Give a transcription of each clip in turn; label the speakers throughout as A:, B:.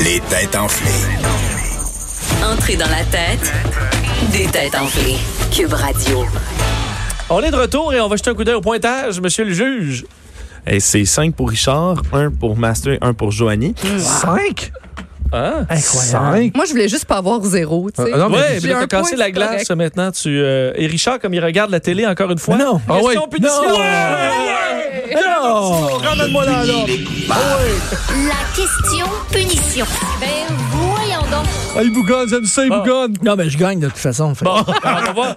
A: Les têtes enflées.
B: Entrez dans la tête des têtes enflées. Cube Radio.
C: On est de retour et on va jeter un coup d'œil au pointage, monsieur le juge.
D: Et c'est 5 pour Richard, 1 pour Master, 1 pour Joanie.
E: 5?
C: Hein?
E: Incroyable.
F: Moi, je voulais juste pas avoir zéro, tu sais.
C: Ah, Non, mais
F: J'ai
C: tu
F: un
C: as
F: point,
C: cassé la
F: c'est
C: glace
F: correct.
C: maintenant. Tu, euh, et Richard, comme il regarde la télé encore une fois.
E: Non.
C: Ah
E: Ah
C: oui.
E: oui.
C: punition.
E: Non. Non!
C: Ramène-moi Ah dans l'ordre.
G: La question punition. Ben voyons donc.
E: Ah, il bougonne, j'aime ça, il
C: Bon.
E: bougonne. Non, mais je gagne de toute façon. fait.
C: Bon, on va voir.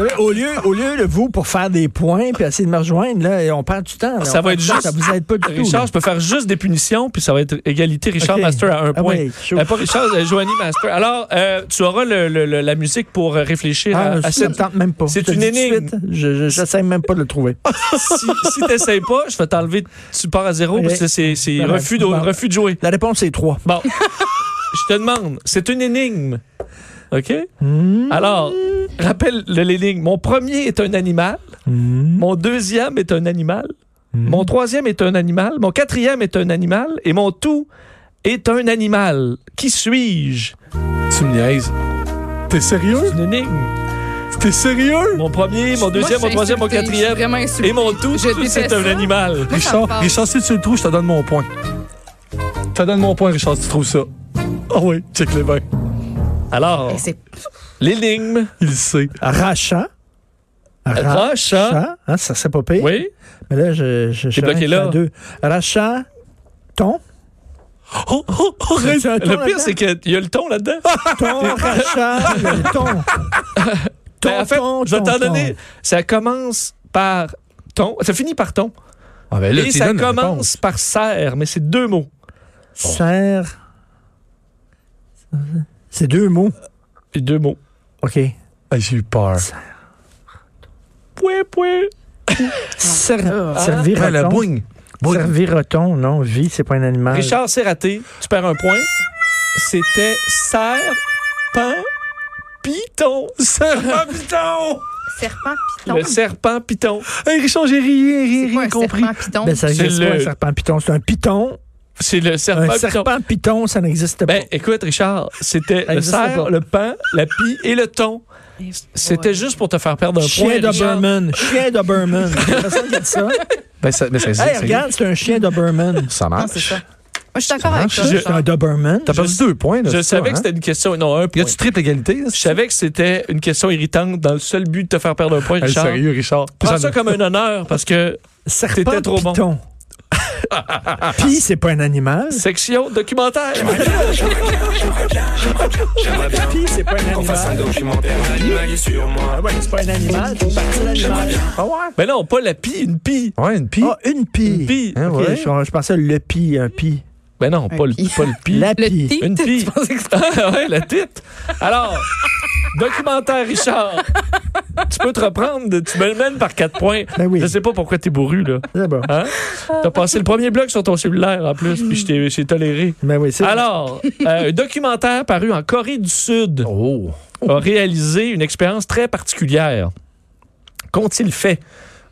E: Oui, Au, lieu, au lieu de vous pour faire des points puis essayer de me rejoindre, là, on perd du temps. là.
C: Ça
E: On
C: va
E: perd
C: être
E: du temps,
C: juste-
E: Ça vous aide pas du tout.
C: Richard,
E: là.
C: je peux faire juste des punitions, puis ça va être égalité. Richard
E: Ok.
C: Master à un
E: Ah
C: point.
E: oui, chaud.
C: Euh, pas Richard, euh, Joanie Master. Alors, euh, tu auras le- le- le- la musique pour euh, réfléchir
E: Ah,
C: à- à,
E: je ne
C: cette.
E: tente même pas.
C: c'est
E: Je te
C: une
E: dis tout de
C: énigme.
E: suite, Je n'essaie même pas de le trouver.
C: Si, si t'essayes pas, je vais t'enlever. Tu pars à zéro
E: Ok.
C: parce que c'est c'est
E: Bon,
C: refus, de-
E: bon.
C: refus de jouer.
E: La réponse est 3.
C: Bon, je te demande, c'est une énigme. OK?
H: Hmm.
C: Alors, rappelle le- l'énigme. Mon premier est un animal.
H: Hmm.
C: Mon deuxième est un animal. Mon troisième est un animal. Mon quatrième est un animal. Et mon tout est un animal. Qui suis-je?
H: Tu me niaises. T'es sérieux?
C: Une énigme.
H: T'es sérieux?
C: Mon premier, mon deuxième,
F: Moi,
C: mon
F: je suis
C: troisième, mon
F: insultée, je suis
C: quatrième.
F: vraiment insultée.
C: Et mon tout,
F: Je
C: tout, c'est
F: déteste
C: un
F: ça.
C: animal.
F: Moi, ça me
H: Richard,
F: parle.
H: Richard, si tu le trouves, je te donne mon point. Je te donne mon point, Richard, si tu trouves ça. Ah oui, check les bains.
C: Alors,
F: c'est-
C: l'énigme.
H: Il le sait.
E: Rachat.
C: Rachat.
E: Hein, ça, c'est pas pire.
C: Oui?
E: Mais là, je, je, je
C: bloqué
E: je-
C: là.
E: Deux. Rachat, ton.
C: Oh, oh, oh,
E: C'est un ton
C: le pire,
E: là-dedans? Ah,
C: c'est qu'il y a le ton là-dedans. Ben,
E: Ton, rachat, le ton. Ton,
C: Ben, en fait,
E: ton,
C: je vais
E: ton,
C: t'en
E: ton.
C: donner. Ça commence par ton. Ça finit par ton.
H: Ah ben
C: et
H: tu
C: ça
H: donnes la
C: commence
H: réponse.
C: par serre, mais c'est deux mots.
E: Serre. C'est deux mots.
C: Et deux mots.
E: OK.
H: Ah, J'ai eu peur.
C: Pouais, pouais.
E: Ser
H: Ah, la
E: Serviroton.
H: boing.
E: Serviroton, non. Vie, c'est pas un animal.
C: Richard, c'est raté. Tu perds un point. C'était serre, pan, piton.
H: Serpent piton!
F: Serpent piton.
C: Le serpent piton.
H: Hey, Richard, j'ai ri,
F: C'est
H: ri,
F: quoi
H: ri,
F: un
H: compris.
F: serpent piton?
E: Ben, ça
C: C'est
E: n'existe
C: le-
E: pas, un serpent piton. C'est un piton.
C: C'est le
E: Un
C: serpent piton.
E: serpent piton, ça n'existe pas.
C: Ben, écoute, Richard, c'était
E: Ça
C: le
E: existe
C: cerf,
E: pas.
C: le pan, la pie et le ton. C'était juste pour te faire perdre un
E: Chien
C: point. Richard.
E: Doberman. Chien Doberman. Personne qui a dit ça.
H: Ben, ça, mais ça, ça-
E: Hey,
H: ça-
E: regarde, c'est un chien Doberman.
H: ça
F: Non,
H: marche.
F: c'est ça. Moi, je suis d'accord avec
H: marche,
F: toi.
C: je-
E: C'est un
F: Richard.
E: Doberman.
H: T'as perdu deux points, là.
C: Je
H: c'est ça,
C: savais que
H: hein?
C: c'était une question. Non, un
H: Y
C: point.
H: a-tu triple égalité? là,
C: Je
H: c'est-
C: savais que c'était une question irritante dans le seul but de te faire perdre un point,
H: Hey,
C: Richard.
H: sérieux, Richard.
C: Prends ça comme un honneur parce que
E: Serpent
C: T'étais trop bon.
E: piton. Puis, c'est pas un animal.
C: section documentaire.
E: Puis, c'est pas un animal.
A: documentaire, l'animal est sur moi.
E: Ah ouais, c'est pas un animal. C'est une partie de l'animal. Ah ouais?
C: Mais non, pas la pie, une pie.
H: Ouais, une pie.
E: Ah, une pie.
C: Une pie.
H: Hein,
E: Ok,
H: ouais.
E: je, je pensais le pie, un pie.
C: Mais Ben non, pas le,
F: pie.
C: pas le pie.
E: La
F: Le
E: pie.
F: tit.
C: Une pie.
F: Tu pensais que c'était-
C: Ah, ouais, la tite. Alors, documentaire, Richard. Tu peux te reprendre. de- Tu me le mènes par quatre points.
E: Ben oui.
C: Je sais pas pourquoi t'es bourru, là.
E: C'est bon.
C: Hein? T'as passé le premier bloc sur ton cellulaire, en plus, puis je t'ai- je t'ai toléré.
E: Mais Ben oui, c'est
C: Alors, euh, un documentaire paru en Corée du Sud.
H: Oh.
C: a réalisé une expérience très particulière. Qu'ont-ils fait?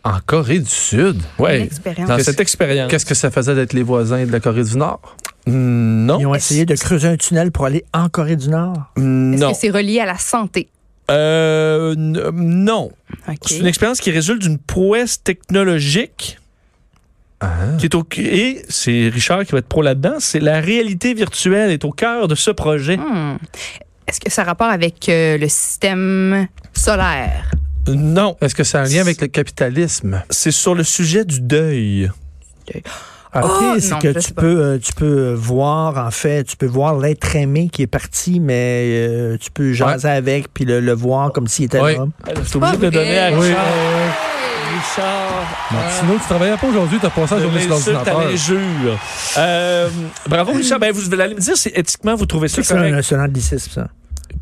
C: Ah.
H: En Corée du Sud.
F: Une
C: Ouais.
F: expérience.
C: Dans
H: Qu'est-ce-
C: cette expérience.
H: Qu'est-ce que ça faisait d'être les voisins de la Corée du Nord?
C: Non.
E: Ils ont essayé de creuser un tunnel pour aller en Corée du Nord.
F: Est-ce
C: Non.
F: que c'est relié à la santé?
C: Euh, n- non.
F: OK.
C: C'est une expérience qui résulte d'une prouesse technologique. Qui est au, et c'est Richard qui va être pro là-dedans. C'est la réalité virtuelle est au cœur de ce projet.
F: Hmm. Est-ce que ça a rapport avec euh, le système solaire?
C: Non,
H: Est-ce que ça a un lien avec le capitalisme?
C: c'est sur le sujet du deuil.
E: Ah,
F: Oh,
E: ok, c'est
F: non, je
E: que
F: sais
E: tu
F: pas.
E: peux, euh, tu peux euh, voir, en fait, tu peux voir l'être aimé qui est parti, mais euh, tu peux jaser avec puis le, le voir comme s'il était
H: Ouais.
E: là.
C: Je suis obligé de
F: Ah. vrai.
C: le donner à Richard.
H: Oui.
C: Richard.
H: Martineau, tu travaillais pas aujourd'hui, t'as passé la
C: De
H: journée sur
C: l'insulte à
H: l'ordinateur.
C: l'injure. Euh, bravo, Richard. Ben, vous allez me dire si éthiquement vous trouvez ça
E: Hmm. C'est un,
C: correct.
E: c'est un anglicisme, ça.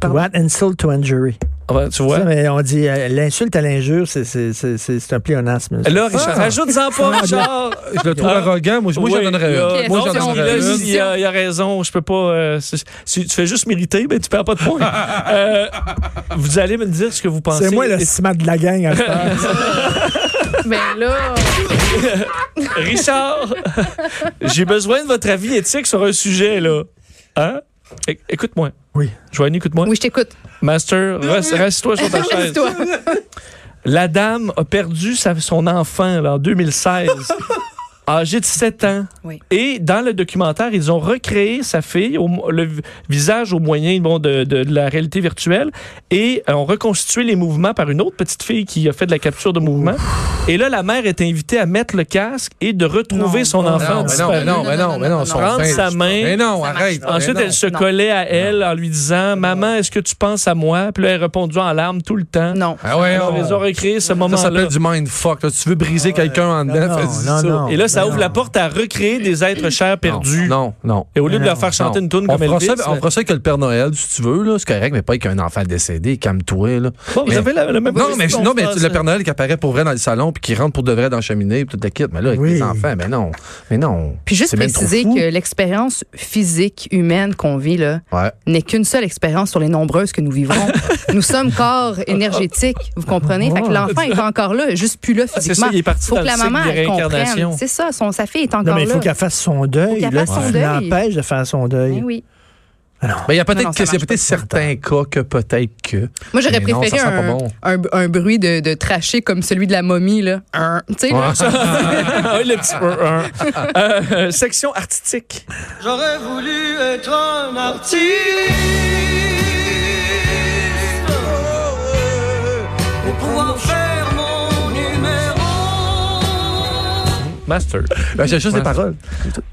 C: Pardon?
E: What insult to injury.
C: Ah ben, tu
E: C'est
C: vois.
E: Ça, mais on dit euh, l'insulte à l'injure, c'est- c'est c'est- c'est- c'est un Ah. pléonasme. ça.
C: Là, Richard, rajoute-en pas, Richard.
H: Je le trouve
C: Ah.
H: arrogant, moi, moi
C: Oui, Ah,
H: j'en donnerais
C: là,
H: une. Moi j'en
C: non,
F: question,
H: donnerais
C: là,
H: une.
F: là.
C: s'il y a- il y a raison, je peux pas. euh, si, si tu fais juste mériter, ben tu perds pas de points. Euh, vous allez me dire ce que vous pensez.
E: C'est moi le smart de la gang à faire.
F: Ben là,
C: Richard, j'ai besoin de votre avis éthique sur un sujet là. Hein? É- Écoute-moi.
E: Oui. Mm-hmm.
C: Joanie, écoute-moi.
F: Oui, je t'écoute.
C: Master, reste- reste-toi sur ta chaise.
F: Toi.
C: La dame a perdu sa- son enfant là, en 2016, âgé de 7 ans.
F: Oui.
C: Et dans le documentaire, ils ont recréé sa fille, au mo- le vi- visage au moyen bon, de, de- de la réalité virtuelle, et euh, ont reconstitué les mouvements par une autre petite fille qui a fait de la capture de mouvement. Et là, la mère est invitée à mettre le casque et de retrouver son enfant
I: Non, mais non,
C: disparu.
I: mais non, mais non, mais non, son
C: Prendre
I: fin,
C: sa
I: je-
C: main.
I: Mais non,
F: Ça marche
I: arrête.
F: pas.
C: Ensuite,
I: mais non.
C: elle se
F: Non.
C: collait à elle en lui disant Maman, est-ce que tu penses à moi Puis là, elle répondait en larmes tout le temps.
F: Non.
I: Ah ouais,
C: Alors,
I: on-
C: ils ont recréé ce
I: Ça
C: moment-là.
I: s'appelle du mindfuck. là. Tu veux briser quelqu'un en dedans,
E: Ah non,
I: fais-y
E: non,
I: ça.
E: non.
C: Et là, ça ouvre la porte à recréer des êtres chers perdus.
I: Oh, ben Non, non.
C: Et au lieu de leur faire
I: non.
C: chanter une tune
I: on
C: comme
I: fera
C: Elvis,
I: ça, ben, on fera ça avec le Père Noël, si tu veux, là. C'est correct, mais pas avec un enfant décédé. Calme-toi, là.
C: Bon, ben, vous
I: Mais-
C: avez la- le même
I: Non, mais,
C: principe,
I: non,
C: on
I: mais
C: pense,
I: le
C: hein.
I: Père Noël qui apparaît pour vrai dans le salon puis qui rentre pour de vrai dans la cheminée puis tout le kit. Mais là, avec
E: Oui.
I: les enfants, mais non. Mais non.
F: Puis juste
I: C'est bien trop
F: préciser
I: fou.
F: que l'expérience physique humaine qu'on vit là
I: Ouais.
F: n'est qu'une seule expérience sur les nombreuses que nous vivons. nous sommes corps énergétiques, vous comprenez? Fait que l'enfant est encore là, juste plus là
C: c'est
F: physiquement.
C: ça, il est parti
F: faut
C: dans
F: que
C: le
F: la
C: cycle
F: maman
C: des
F: elle comprenne.
C: réincarnations.
F: C'est ça, son, sa fille est encore
E: Non, mais il
F: là.
E: faut qu'elle fasse son deuil.
F: qu'elle
E: là,
F: fasse son
E: tu
F: deuil.
E: l'empêches de faire son deuil. Ah
F: Ben oui.
I: Mais Ben, il y a
F: Non,
I: peut-être
F: non,
I: que-
F: ça
I: il y a
F: marche
I: peut-être certains cas que peut-être que.
F: Moi, j'aurais
I: Mais non,
F: préféré
I: ça sent
F: un,
I: pas bon.
F: un, un bruit de, de traché comme celui de la momie. Là. Un- Tu sais, là,
C: Ah oui, le petit- Euh, euh, section artistique.
J: J'aurais voulu être un artiste pour pouvoir faire mon numéro.
C: Master.
I: Ben, j'ai juste des paroles.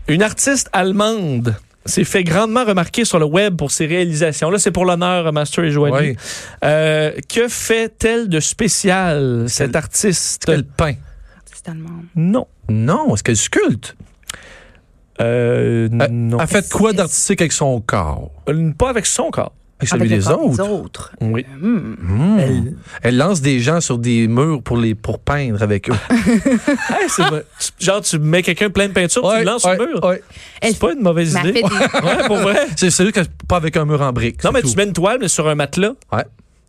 C: Une artiste allemande s'est fait grandement remarquer sur le web pour ses réalisations. Là, c'est pour l'honneur, Master et Joanie.
I: Oui.
C: Euh, que fait-elle de spécial, cette artiste?
I: Elle peint.
F: Ah, c'est allemand.
C: Non.
I: Non, est-ce qu'elle sculpte?
C: Euh,
I: Elle-
C: non.
I: Elle fait de quoi d'artistique avec son corps?
C: Euh, Pas avec son corps.
I: Avec
F: Avec
I: celui
F: le
I: des
F: corps
I: autres?
F: autres.
C: Oui.
F: Hmm.
I: Hmm. Elle... lance des gens sur des murs pour les pour peindre avec eux.
C: Hey, c'est vrai. Tu- Genre, tu mets quelqu'un plein de peinture, tu
I: Ouais,
C: le lances
I: ouais,
C: sur le mur.
I: ouais.
F: Elle-
C: C'est pas une mauvaise
F: Mais elle
C: idée.
F: fait des-
C: Ouais, pour vrai.
I: C'est celui que pas avec un mur en briques.
C: Non, mais
I: c'est
C: tu
I: tout.
C: mets une toile, mais sur un matelas.
I: Ouais.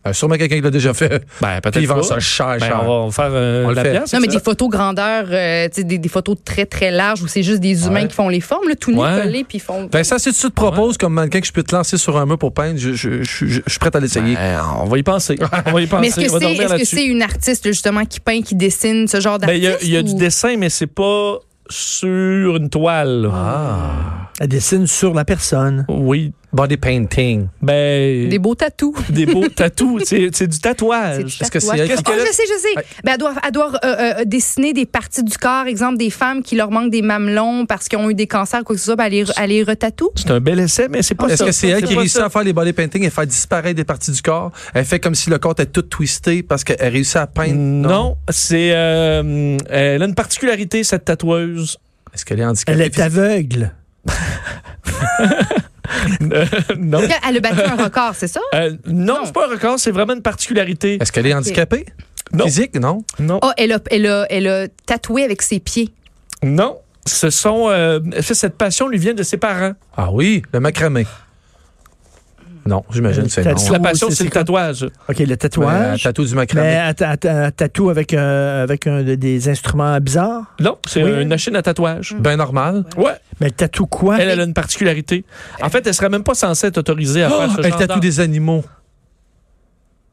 I: Euh, sûrement quelqu'un qui l'a déjà fait.
C: Ben, peut-être.
I: Puis il vend
C: pas.
I: ça cher,
C: Ben,
I: cher.
C: on va faire euh,
I: On le
C: la
I: fait.
C: pièce.
F: Non, mais
C: c'est
F: des photos grandeur, euh, tu sais, des, des photos très, très larges où c'est juste des humains
I: Ouais.
F: qui font les formes, là, tout nu
C: Ouais.
F: collés, puis ils font.
I: Vincent, si tu te proposes comme mannequin que je peux te lancer sur un mur pour peindre, je, je- je- je- je suis prêt à l'essayer.
C: ça? Ben, on va y penser. On va y penser.
F: Mais est-ce que
C: on va
F: c'est
C: dormir
F: est-ce que
C: là-dessus.
F: c'est une artiste, justement, qui peint, qui dessine ce genre
C: Ben,
F: d'artiste?
C: il y a, il y a du
F: ou-
C: dessin, mais c'est pas sur une toile.
I: Ah.
E: Elle dessine sur la personne.
C: Oui.
I: Body painting.
C: Ben,
F: des
C: des,
F: beaux tatous.
C: beaux tatous. C'est c'est du
F: C'est du
C: tatouage.
I: Est-ce que c'est
F: tatouage.
I: elle qui-
F: Oh, je sais, je sais.
I: Ouais.
F: Ben, elle doit, elle doit, euh, euh, dessiner des parties du corps, exemple des femmes qui leur manquent des mamelons parce qu'ils ont eu des cancers, quoi que ce soit, ben, elle les, re- elle les retatoue.
C: C'est un bel essai, mais c'est pas
I: Ah, Est-ce
C: ça.
I: que c'est elle qui
C: pas
I: réussit
C: ça.
I: à faire les body paintings et faire disparaître des parties du corps? Elle fait comme si le corps était tout twisté parce qu'elle réussit à peindre?
C: Non, c'est. euh, elle a une particularité, cette tatoueuse.
I: Est-ce qu'elle est handicapée?
E: Elle est aveugle.
C: Euh, non.
F: Elle a battu un record, c'est ça?
C: Euh, non,
F: Non.
C: c'est pas un record, c'est vraiment une particularité.
I: Est-ce qu'elle est handicapée?
C: Non.
I: Physique, non?
C: Non.
F: Oh, elle a, elle, a, elle a tatoué avec ses pieds.
C: Non. Ce sont. euh, cette passion lui vient de ses parents.
I: Ah oui, le macramé. Non, j'imagine que c'est
E: T'as
I: non.
E: dit
C: La
E: Oh,
C: passion,
E: c'est-
C: c'est le
E: c'est quoi?
C: tatouage.
E: OK, le
I: Euh,
E: tatouage.
I: tatou du
E: Mais
I: macramé.
E: elle ta- ta- elle tatoue avec, euh, avec un, de- des instruments bizarres.
C: Non, c'est
E: Oui.
C: une machine à tatouage.
I: Ben normal.
C: Ouais.
E: Mais elle tatoue quoi?
C: Elle, elle a une particularité. En fait, elle serait même pas censée être autorisée à
I: Oh,
C: faire ce
I: elle
C: genre
I: tatoue
C: d'art.
I: des animaux.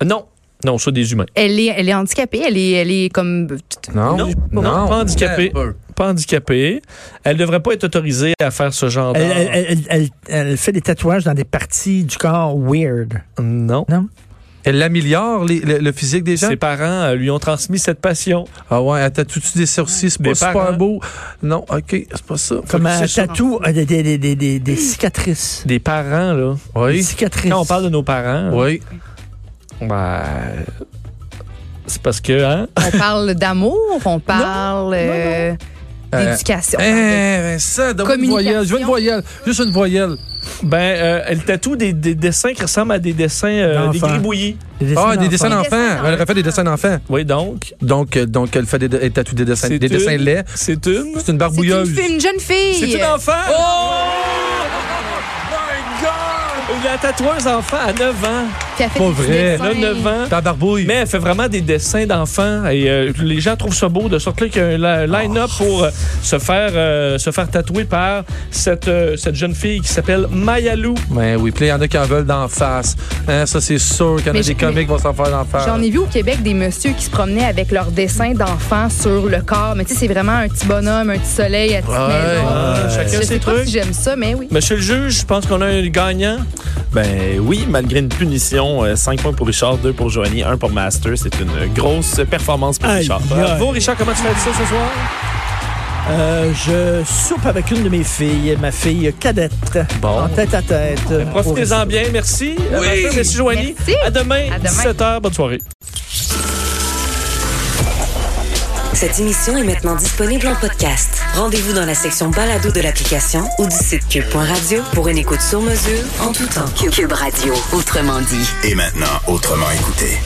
C: Non. Non, ça, des humains.
F: Elle est, elle est handicapée, elle est, elle est comme.
I: Non,
C: Non,
I: non.
C: pas handicapée.
I: Un peu.
C: Pas handicapée. Elle devrait pas être autorisée à faire ce genre
E: Elle,
C: d'art.
E: elle- elle- elle- elle fait des tatouages dans des parties du corps weird.
C: Non.
I: Elle améliore les- le, le physique des gens?
C: Ses parents euh, lui ont transmis cette passion.
I: Ah ouais, elle tatoue-tu des sourcils? C'est
C: Des
I: pas super
C: parents.
I: beau. Non, OK, c'est pas ça.
E: Comme
I: Fait que
E: un
I: c'est
E: tatou euh, des, des- des- des- des- des cicatrices.
C: Des parents, là.
I: ça.
E: Des
I: Oui,
E: cicatrices.
C: Quand on parle de nos parents,
I: oui.
C: ben, c'est parce que, hein?
F: On parle d'amour, on parle euh, d'éducation.
I: Eh,
C: Euh,
I: ben ça, donne une
F: Communication.
I: voyelle. Je veux une voyelle. Juste une voyelle.
C: Ben, euh, elle tatoue des, des dessins qui ressemblent à des dessins, euh, des
E: D'enfants.
C: gribouillis.
E: Des
I: Ah, des
E: d'enfants.
I: dessins d'enfants. Elle aurait fait des dessins d'enfants.
C: Oui, donc,
I: Donc, euh, donc elle fait des, elle tatoue des dessins,
C: C'est
I: des dessins
C: une-
I: laids.
C: c'est une.
I: C'est une
F: C'est une,
I: barbouilleuse.
F: fille, une jeune
C: C'est
F: fille.
C: une enfant! Oh! My God! La tatoueuse enfant à 9 ans.
F: Puis elle fait
H: Pas
F: des petits
I: Eh.
H: vrai.
F: dessins.
C: Elle a 9 ans.
I: Ta barbouille.
C: Mais elle fait vraiment des dessins d'enfants et euh, les gens trouvent ça beau de sorte là, qu'il y a un la-
I: Ah.
C: line-up pour euh, se faire euh, se faire tatouer par cette euh, cette jeune fille qui s'appelle Mayalou.
I: Ben oui, puis là, il y en a qui en veulent d'en face. Hein, ça, c'est sûr qu'il y en
F: Mais
I: a
F: j'ai-
I: des comiques qui vont s'en faire d'en face.
F: J'en ai vu au Québec des messieurs qui se promenaient avec leurs dessins d'enfants sur le corps. Mais tu sais, c'est vraiment un petit bonhomme, un petit soleil à petite
I: Ouais.
F: maison.
C: Euh,
F: Je
C: Chacun
F: sais
C: ses
F: pas
C: trucs.
F: si j'aime ça, mais oui.
C: Monsieur le juge, je pense qu'on a un gagnant.
D: Ben oui, malgré une punition, 5 points pour Richard, 2 pour Joanie, 1 pour Master. C'est une grosse performance pour
E: Aïe.
D: Richard.
C: Bravo, Richard, comment tu fais ça ce soir?
E: Euh, je soupe avec une de mes filles, ma fille cadette,
I: Bon.
E: en tête à tête.
C: Profitez-en bien. Merci. À bientôt. Merci, Joanie.
F: Merci.
C: À demain,
F: À demain.
C: 17h. Bonne soirée.
B: Cette émission est maintenant disponible en podcast. Rendez-vous dans la section balado de l'application ou du site cube.radio pour une écoute sur mesure en tout temps. Cube Radio, autrement dit.
A: Et maintenant, autrement écouté.